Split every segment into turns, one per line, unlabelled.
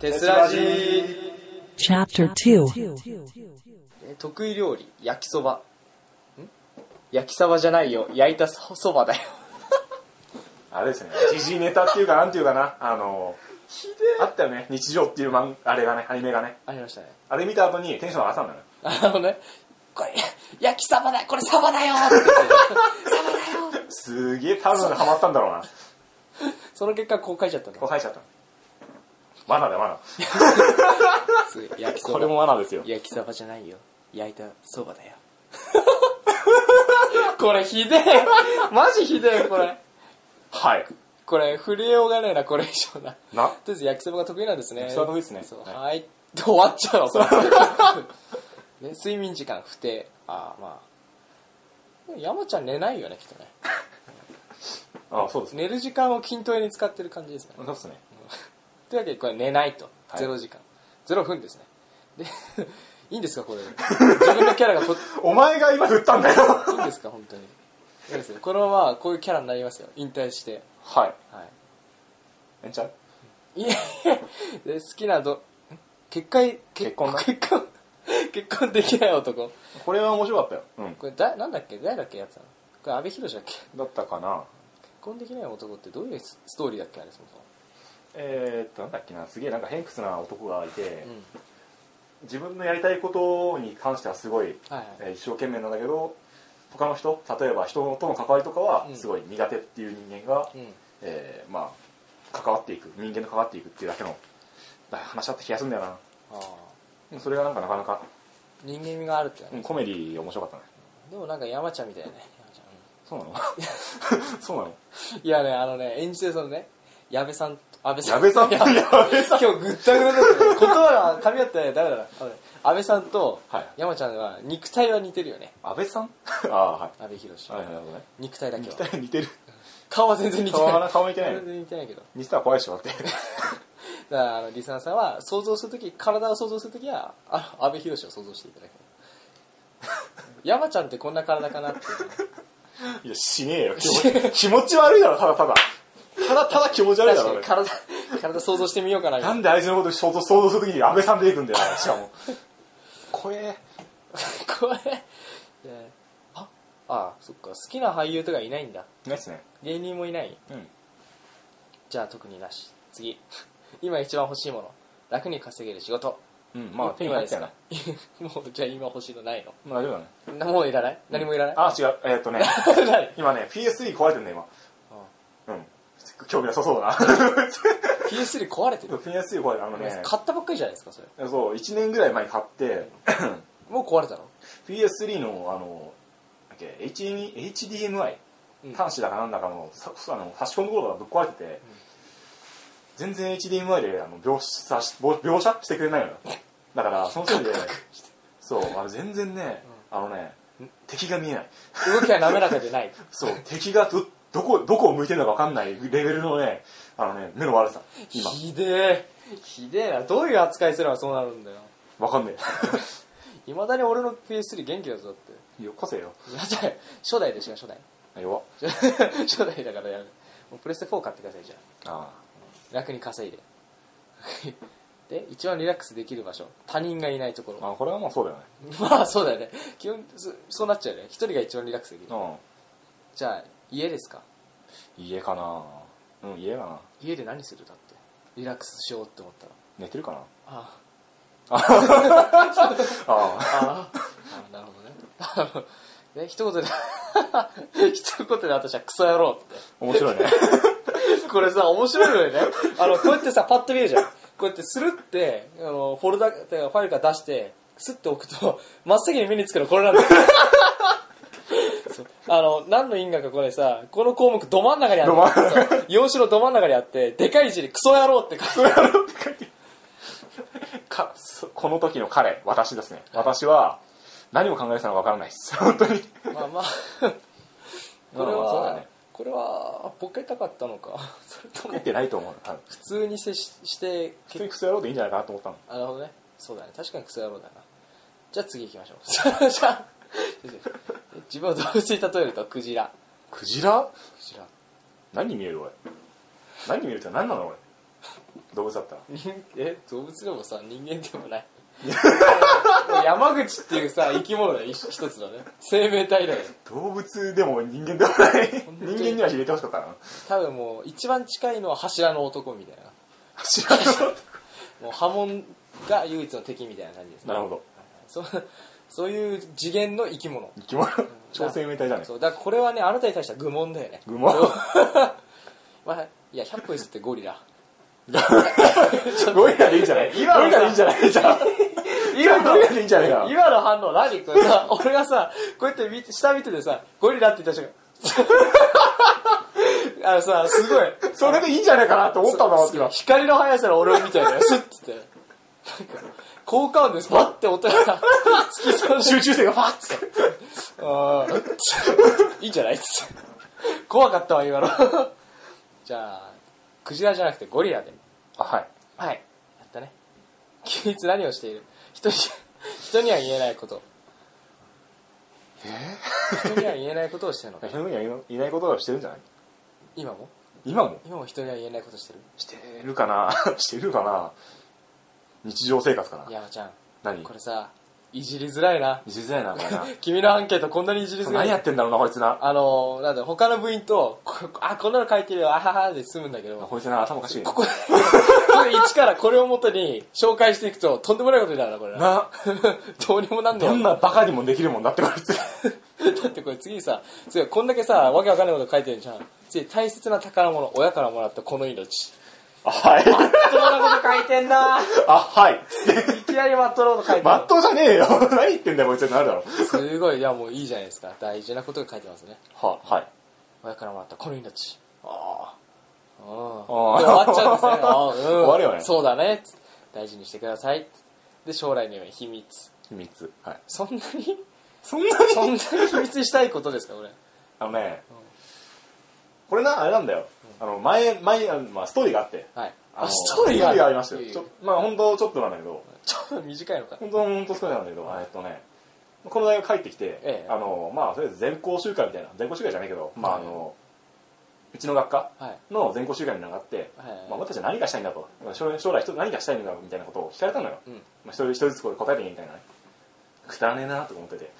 テスラジー
Chapter 2.
え得意料理焼きそばん焼きそばじゃないよ焼いたそそばだよ
あれですね時事ネタっていうかなんていうかなあのあったよね日常っていう漫あれがねアニメがね
ありましたね
あれ見た後にテンション上がったんだよ
あ
ね
のねこれ焼きそばだこれサバだよって言って
すげえ多分ハマったんだろうな
その結果こう書いちゃったんだ
こう書いちゃった罠だよ罠
すごい焼きそ
これも
ば
罠ですよ
焼きそばじゃないよ焼いたそばだよ これひでえマジひでえこれ
はい
これ触れようがねえなこれ以上な
な
とりあえず焼きそばが得意なんですね。
焼きそば得意ですね
そう
はい
はい。で終わっちゃうわ、これ。 ね、睡眠時間不定。ああ、まあ。山ちゃん寝ないよね、きっとね。
あそうですね
寝る時間を筋トレに使ってる感じですね
そ。うですね
というわけで、これ寝ないと。
はい
ゼロ時間。ゼロ分ですね。で、 いいんです か、これ。自分のキャラがと、い
お前が今振ったんだよ
いんですか、本当に。いいですよこのままこういうキャラになりますよ。引退して。
はい
はい。
えんちゃう
いえで好きなどん結界
結婚な
結婚 結婚できない男
これは面白かったようん
これだなんだっけ誰だっけやつたのこれ阿部寛だっけ結
だったかな
婚できない男ってどういうスストーリーだっけあれそも
えー、っとなんだっけなすげえなんか偏屈な男がいて
そも、
自分のやりたいことに関してはすごい、
うんはいはい
えー一生懸命なんだけど他の人例えば人との関わりとかは
うん
すごい苦手っていう人間が、
うん
えーまあ関わっていく人間と関わっていくっていうだけのだ話だった気がするんだよな
ああ
うんそれがなんかなかなか、
人間味があるってね、
うんコメディ面白かったね
でもなんか山ちゃんみたいだね山ち
そうなの そうなの
ゃん、うんいやねあのね演じてるそのね矢部さんと安倍さん
矢部さん
今日
矢部さん
ぐったぐただった言葉が噛み合ってないダメだなあのね安倍さんと
はい
山ちゃんは肉体は似てるよね
安倍さんああはい
阿部寛
はいはいはい
肉体だけは
似てる似てる
顔は全然似て
顔
ない
は顔似てない
全然似てないけど
似てたら怖いでし ょだって
だからあのリスナーさんは想像するとき体を想像するときはあ阿部寛を想像していただければ 山ちゃんってこんな体かなって
いやしねえよ気持ち気持ち悪いだろただただただただ気持ち悪いだ
確か
ろ
に体体想像してみようかなみた
ない
なん
であいつのこと想像想像するときに安倍さん出てくんだよな、しかも。怖え。
これ でああそっか好きな俳優とかいないんだ
ないっすね。
芸人もいない
うん。
じゃあ特になし次 今一番欲しいもの楽に稼げる仕事
うん、まあ、手に
今
入
で
った
す
よ
か
な。
もうじゃあ今欲しいのないの
まあ、大丈夫だね。
なもういらない何もいらない、
あ、違う。えーっとね、
ない
今ね、PS3 壊れてんだ、今。うん。興味なさそうだな。
PS3 壊れてる
PS3 壊れて、あのね、
買ったばっかりじゃないですかそれ
そう、1年ぐらい前に買って、
もう壊れたの
PS3 の、あの、なんだっけ HDMI HDMI
うん
端子だかなんだかの、さあの差し込むところがぶっ壊れてて、全然 HDMI であの描写し描写してくれない のよ。だから、そのせいで、そう、あの全然ね、あのね、敵が見えない。
動きは滑らかでない
そう、敵がど、 どこ、どこを向いてるのかわかんないレベルのね、あのね、目の悪さ。今、
ひでえひでえなどういう扱いすればそうなるんだよ
わかんね
いまだに俺の PS3 元気だぞだって
え。よこせよ。
いやだよ初代でしか初代
弱っ。
初代だからやるもうプレステ4買ってくださいじゃ
あ
あ楽に稼いで で一番リラックスできる場所他人がいないとこ
あ。
ろ
まあ、これはまあそうだよね。
まあそうだよね基本そそうなっちゃうよね一人が一番リラックスできる
う
じゃあ家ですか
ん。家かなうん、家かな
家で何するだってリラックスしようって思ったら
寝てるかな
あ
あ
あ
あ。
ああなるほどねあのね一言で 一言で私はクソ野郎っ
面白いね。
てこれさ面白いのよねあのこうやってさパッと見えるじゃんこうやってスルってあのフォルダてかファイルから出してスッて置くと真っ先に目につくのこれなんだよそうあの何の因果かこれさこの項目ど真ん中にあ
ど
って
真ん
そう用紙のど真ん中にあってでかい字にクソ野郎って書いてある
かそこの時の彼私ですね私は何を考えてたのかわからないです 本当に
まあまあこれ
まあまあそうだ
は
ね
これはボケたかったのかそれと
書
も
いてないと思う多分
普通に接しして
普通にクソ野郎でいいんじゃないかなと思ったの
あなるほどねそうだね確かにクソ野郎だなじゃあ次行きましょうじゃあ自分を動物に例えるとクジラ
クジラ
クジラ
何見える俺何見えるって何なの俺動物だったら
人 え動物でもさ人間でもない山口っていうさ生き物だよ一一つのね生命体だよ
動物でも人間でもない
当に
人間には入れてほしかったな
多分もう一番近いのは柱の男みたいな
柱の
もう波紋が唯一の敵みたいな感じですね
なるほど
そうそういう次元の生き物
生き物超生命体だね
そうだからこれはねあなたに対しては愚問だよね
愚 問
そうまあいや100分ってゴリラ
ゴリラでいいんじゃない
今のさ
ゴリラでいいんじゃないじ ゃあゴリラでいいんじゃないか
今の反応何これさ俺がさこうやって見て下見ててさゴリラって言った瞬間 あのさすごい
それでいいんじゃないかなと思ったんだ
すごい光の速さで俺を見ちゃうのよスッつってなんか効果音ですバッて音がつきそう
集中性がファッつって
あーいいんじゃないっつって怖かったわ今のじゃあクジラじゃなくてゴリラで
あはい
はいやったね 休日何をしている人に 人には言えないこと人には言えないことをしてるのか
人にはいないことをしてるんじゃない
今も
今も
今も人には言えないことしてる
してるかな してるかな日常生活かな
山ちゃん
何
これさいじりづらいな
日常生活なのかな
君のアンケートこんなにいじりづらい
何やってんだろうなこいつな
あのなんだ他の部員とこあこんなの書いてるよあははで済むんだけどこ
こいつな頭おかしいね
こで これ一からこれをもとに紹介していくととんでもないことになるなこれな
な
どうにもなんねえ
どんなバカにもできるもんだってこいつ
だってこれ次さ次はこんだけさわけわかんないこと書いてるじゃん次大切な宝物親からもらったこの命
あはい
まっとうなこと書いてんな
あはい
いきなりまっとうなこと書いて
まっとうじゃねえよ 何言ってんだよこいつってなるだろ
すごいいやもういいじゃないですか大事なことが書いてますね
ははい
親からもらったこの命ああうん
ああ
で終わっちゃうんですねああうん
終わるよね
そうだねつ大事にしてくださいで将来の夢秘密
3つはい
そんなに
そんなに
そんなに秘密にしたいことですかこれ
あのねこれなあれなんだよあの前前あのまあストーリーがあって
はい
あの
る
ストーリーがありました
いえいえ
よちょまあ本当ちょっとなんだけど
ちょっと短いのか
本当は本当少ないんだけど、えっとね、この大学帰ってきて、
ええ
あの、まあ、とりあえず全校集会みたいな、全校集会じゃないけど、まあ、あ
はい
の、うちの学科
はい
の全校集会になって、
はいはいはい
まあ、俺たちは何がしたいんだと、将将来一つ何がしたいんだみたいなことを聞かれたのよ。
うん
まあ、一人一人ずつこれ答えていいみたいなね。くだらねえなと思ってて。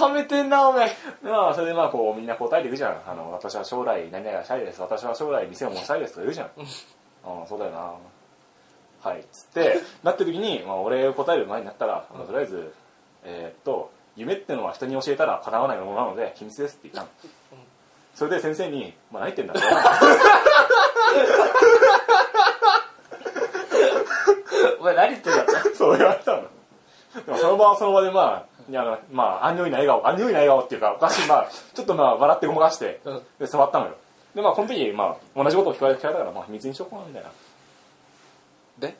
冷めてんなおめえ
まあ、それでまあ、こう、みんな答えていくじゃん。あの、私は将来何々がしたいです。私は将来店を持ちたいですとか言うじゃん。ああ、そうだよな。はい。つって、なってる時に、まあ、俺答える前になったら、まあ、とりあえず、えーっと、夢ってのは人に教えたら叶わないものなので、秘密ですって言ったの。それで先生に、まあ、何言ってんだろう。
お前何言ってんだろ
そう言われたの。でもその場はその場で、まあ、いやあのまあ、安寧にな笑顔、安寧にな笑顔っていうか、おかしい、まあ、ちょっとまあ、笑ってごまかして、
うん
で、触ったのよ。で、まあ、この時、まあ、同じことを聞かれ聞かれたから、まあ、秘密にしようかな、みたいな。
で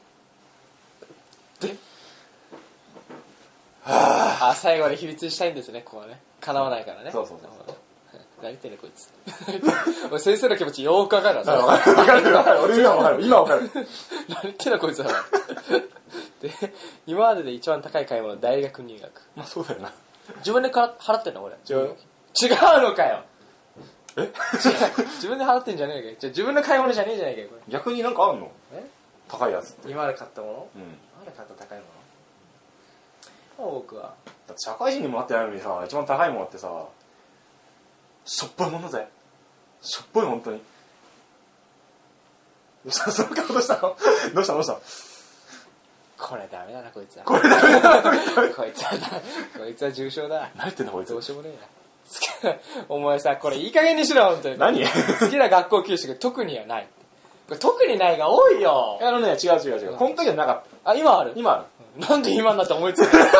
であ最後まで秘密にしたいんですねここはね叶わないからね
そうそうそうそう
何言ってんねこいつ 俺先生の気持ちよーくわかるわ
わかるわかるわかる。俺今わかる。今わかる。
何言ってんだこいつは で今までで一番高い買い物大学入学
まあそうだよな。
自分でから払ってんの俺
違うよ
違うのかよ
え
違う自分で払ってんじゃねえかよじゃあ自分の買い物じゃねえじゃねえかよこ
逆になんかあんの
れえ
高いやつって。
今まで買ったもの
うん。
今まで買った高いものまあ僕は
だって社会人にもなってないのにさ、一番高いものってさ、しょっぽいもんだぜ。しょっぽい、本当に。 どうしたその顔どうしたのどうしたどうした
これダメだなこいつはこれダメだこいつはだこいつは重症だ
何言ってんだこいつ
どう。しようもねえな好きな お前さこれいい加減にしろ本当に
何
好きな学校給食特にはないこれ特にないが多いよ
あのね、違う違う違う。この時はなかっ
あ今ある
た。今ある。
なんで今になって思いついた 学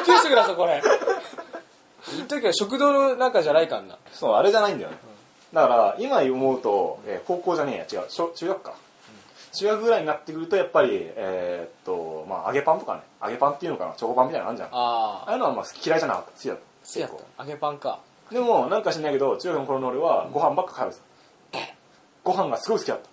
校給食だぞこれいい時は食堂なんかじゃないかんな
そう、あれじゃないんだよね。だから、今思うと、えー高校じゃねえや、違う、小中学か。中学ぐらいになってくると、やっぱり、えーっと、まあ、揚げパンとかね、揚げパンっていうのかな、チョコパンみたいなのあるじゃん。あ
ああ
あいうのはまあ嫌いじゃなかった、好きだった。
好きだった揚げパンか
た。でも、なんか知んないけど、中学の頃の俺は、ご飯ばっか食べてた。ご飯がすごい好きだった、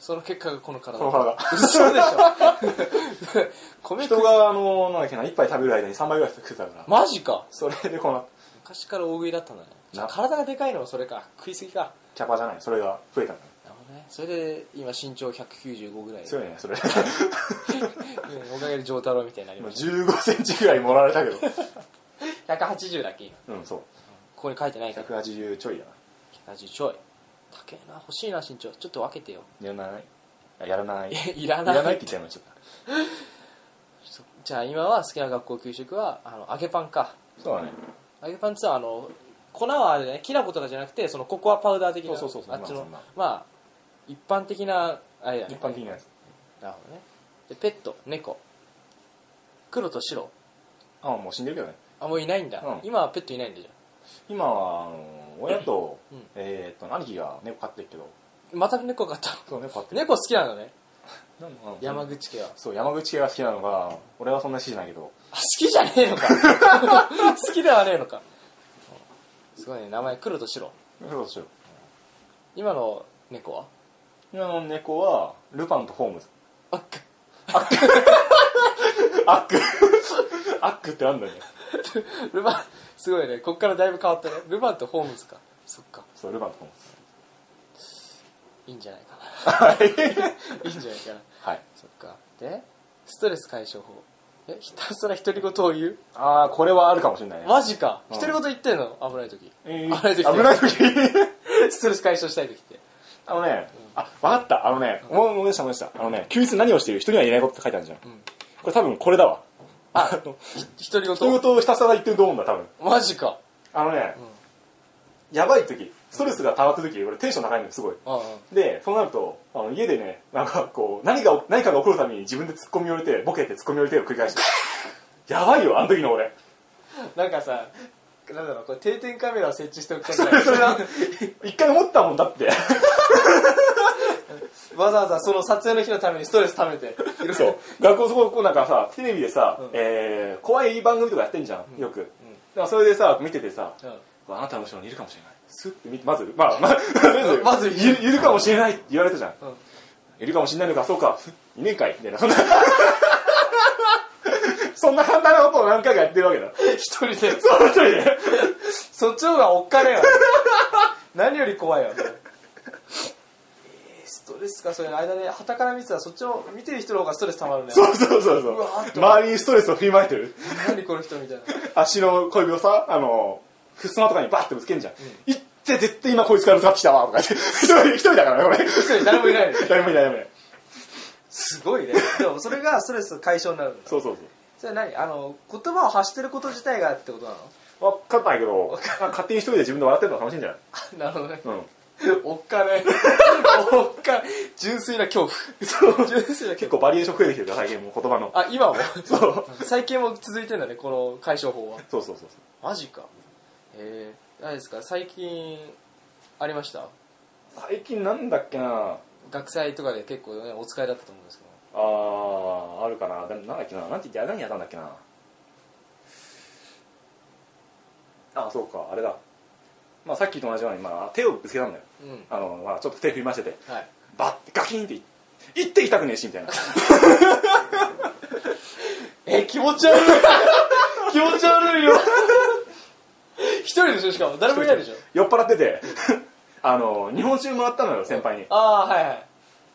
その結果がこの体
この腹が。
嘘でしょ 米食
人
う
が、あの、なんだっけな、一杯食べる間に3杯ぐらい食ってたから、
マジか
それでこの、
昔から大食いだったんだね
な
体がでかいのもそれか食いすぎか
キャパじゃない、それが増えたんだよ。
なるほどねそれで今身長195ぐらい
強いねそれ
うんおかげで丈太郎みたいになり
今
まし
1 5ンチぐらい盛られたけど
た180だっけ今
うんそう
ここに書いてないけど
180ちょいだな
180ちょい高えな欲しいな身長ちょっと分けてよ
やらないあやらないい
いらない
らないって言っちゃいました
そじゃあ今は好きな学校給食はあの揚げパンか
そうだね
揚げパンツはあの粉はあれだねきな粉とかじゃなくてそのココアパウダー的な
そうそうそうそう
あっちの
まあそんな
まあ一般的なあれだね
一般的なやつ
なるほどねでペット猫黒と白
あもう死んでるけどね
あもういないんだ、
うん
今はペットいないんだじ
今はあの親と、
うん
えーっと兄貴が猫飼ってるけど
ゃんまた猫飼 ったの
そう猫飼ってる
猫好きなのね
なんかあの
山口家は
そう山口家が好きなのが俺はそんな好きじゃないけど
あ好きじゃねえのか 好きではねえのかすごいね名前黒と白
そうでしょ
今の猫は
今の猫はルパンとホームズ
あっか
アックアックってあんだね
ルバンすごいねこっからだいぶ変わったねルバンとホームズかそっか
そうルパンとホームズ
いいんじゃないかな
はい
いいんじゃないかな。
はい
そっか。で、ストレス解消法。え、ひ たすら独り言を言う
ああこれはあるかもしれないね、
マジか。
うん
独り言言ってんの危ない時。
えー
危ない時。
危ない時
ストレス解消したい時って。
あのね、あ、わかった。あのね、思い思い出した思い出した。あのね、休日何をしている人には言えないことって書いてあるじゃん。
ん
これ多分これだわ。
あ、ひ独り
そうい
言
うこ。とをひたすら言ってると思うんだ、多分。
マジか。
あのね、やばい時、ストレスが溜まった時、俺テンション高いのよ、すごい。
うんうん。
で、そうなると、あの家でね、なんかこう、何が、何かが起こるために自分で突っ込みを入れて、ボケて突っ込みを入れてを繰り 返してる。やばいよ、あの時の俺。
なんかさ、なんだろう、これ定点カメラを設置しておくこと
それ、それな一回思ったもんだって。
わざわざその撮影の日のためにストレス溜めて。
そう。学校そこ、こうなんかさ、テレビでさ、えー怖い番組とかやってんじゃん、よく。だからそれでさ、見ててさ、
うん。
あなたの後ろにいるかもしれない。スッて見て、まず、まあ、まあ、ま
ま
ず
ず
いる、いるかもしれないって言われたじゃん。
うん
いるかもしれないのか、そうか、いねえかい、みたいな。そんなそんな簡単なことを何回かやってるわけだ。
一人で。
そう、一人で。
そっちの方がおっかねえ わ何より怖いわそれえーストレスかそれ間で旗から見てたらそっちの見てる人の方がストレスたまるね
そうそうそうそう
うわーっと
周りにストレスを振りまいてる。
何この人みたいな
足の小指をさ、あの、ふすまとかにバッてぶつけんじゃん。いって絶対今こいつからぶつかってきたわ、とか言 って。一人、一人だからね、これ。
一人誰もいないのに
誰もいない、誰もいない。
すごいねでもそれがストレス解消になるんだ
そうそうそう。
それ何あの言葉を発してること自体がってことなの
わかんないけど、勝手に一人で自分で笑ってるのが楽しいんじゃな い
なるほどね
うん。
おっかねおっか純粋な恐怖純粋な恐怖
結構バリエーション増えてきてるから、最近もう言葉の。
あ今も
そう
最近も続いてんだねこの解消法は
そうそうそうそう。
マジかえー、何ですか最近ありました
最近なんだっけな
学祭とかで結構ねお使いだったと思うんですけど
あー、あるかなななんだっけななんて言って、何やったんだっけなあ、そうか、あれだ。まあさっきと同じように、まあ手をぶつけたんだよ。
うん
あの、まあちょっと手振りましてて、
はい
バッてガキンって、行って痛くねえし、みたいな。
え気持ち悪い 気持ち悪いよ一人でしょしかも誰もいないでしょ
酔っ払ってて、 あの、日本酒もらったのよ、先輩に。
ああはいはい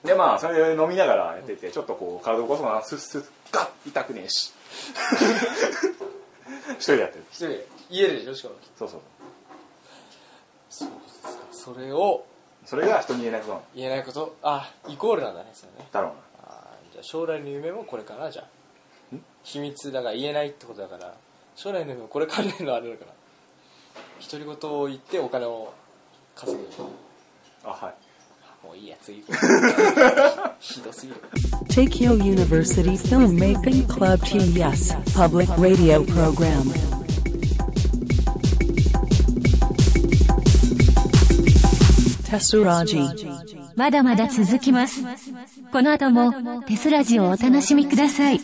でまあそれ飲みながらやっててちょっとこう体を起こそうかなスッスッガッ痛くねえし 一人でやってる
一人で家でしょしかも
そうそう
そうですかそれを
それが人に言えないことなの
言えないことあイコールなんだねそれね
だろうな
あーじゃあ将来の夢もこれかなじゃあ秘密だから言えないってことだから将来の夢もこれ関連のあれだから独り言を言ってお金を稼ぐ
あはい
もういいや次行こうひどすぎる
Tokyo University Filmmaking Club TES Public Radio Program. Tesuraji.
まだまだ続きます。この後もテスラジをお楽しみください。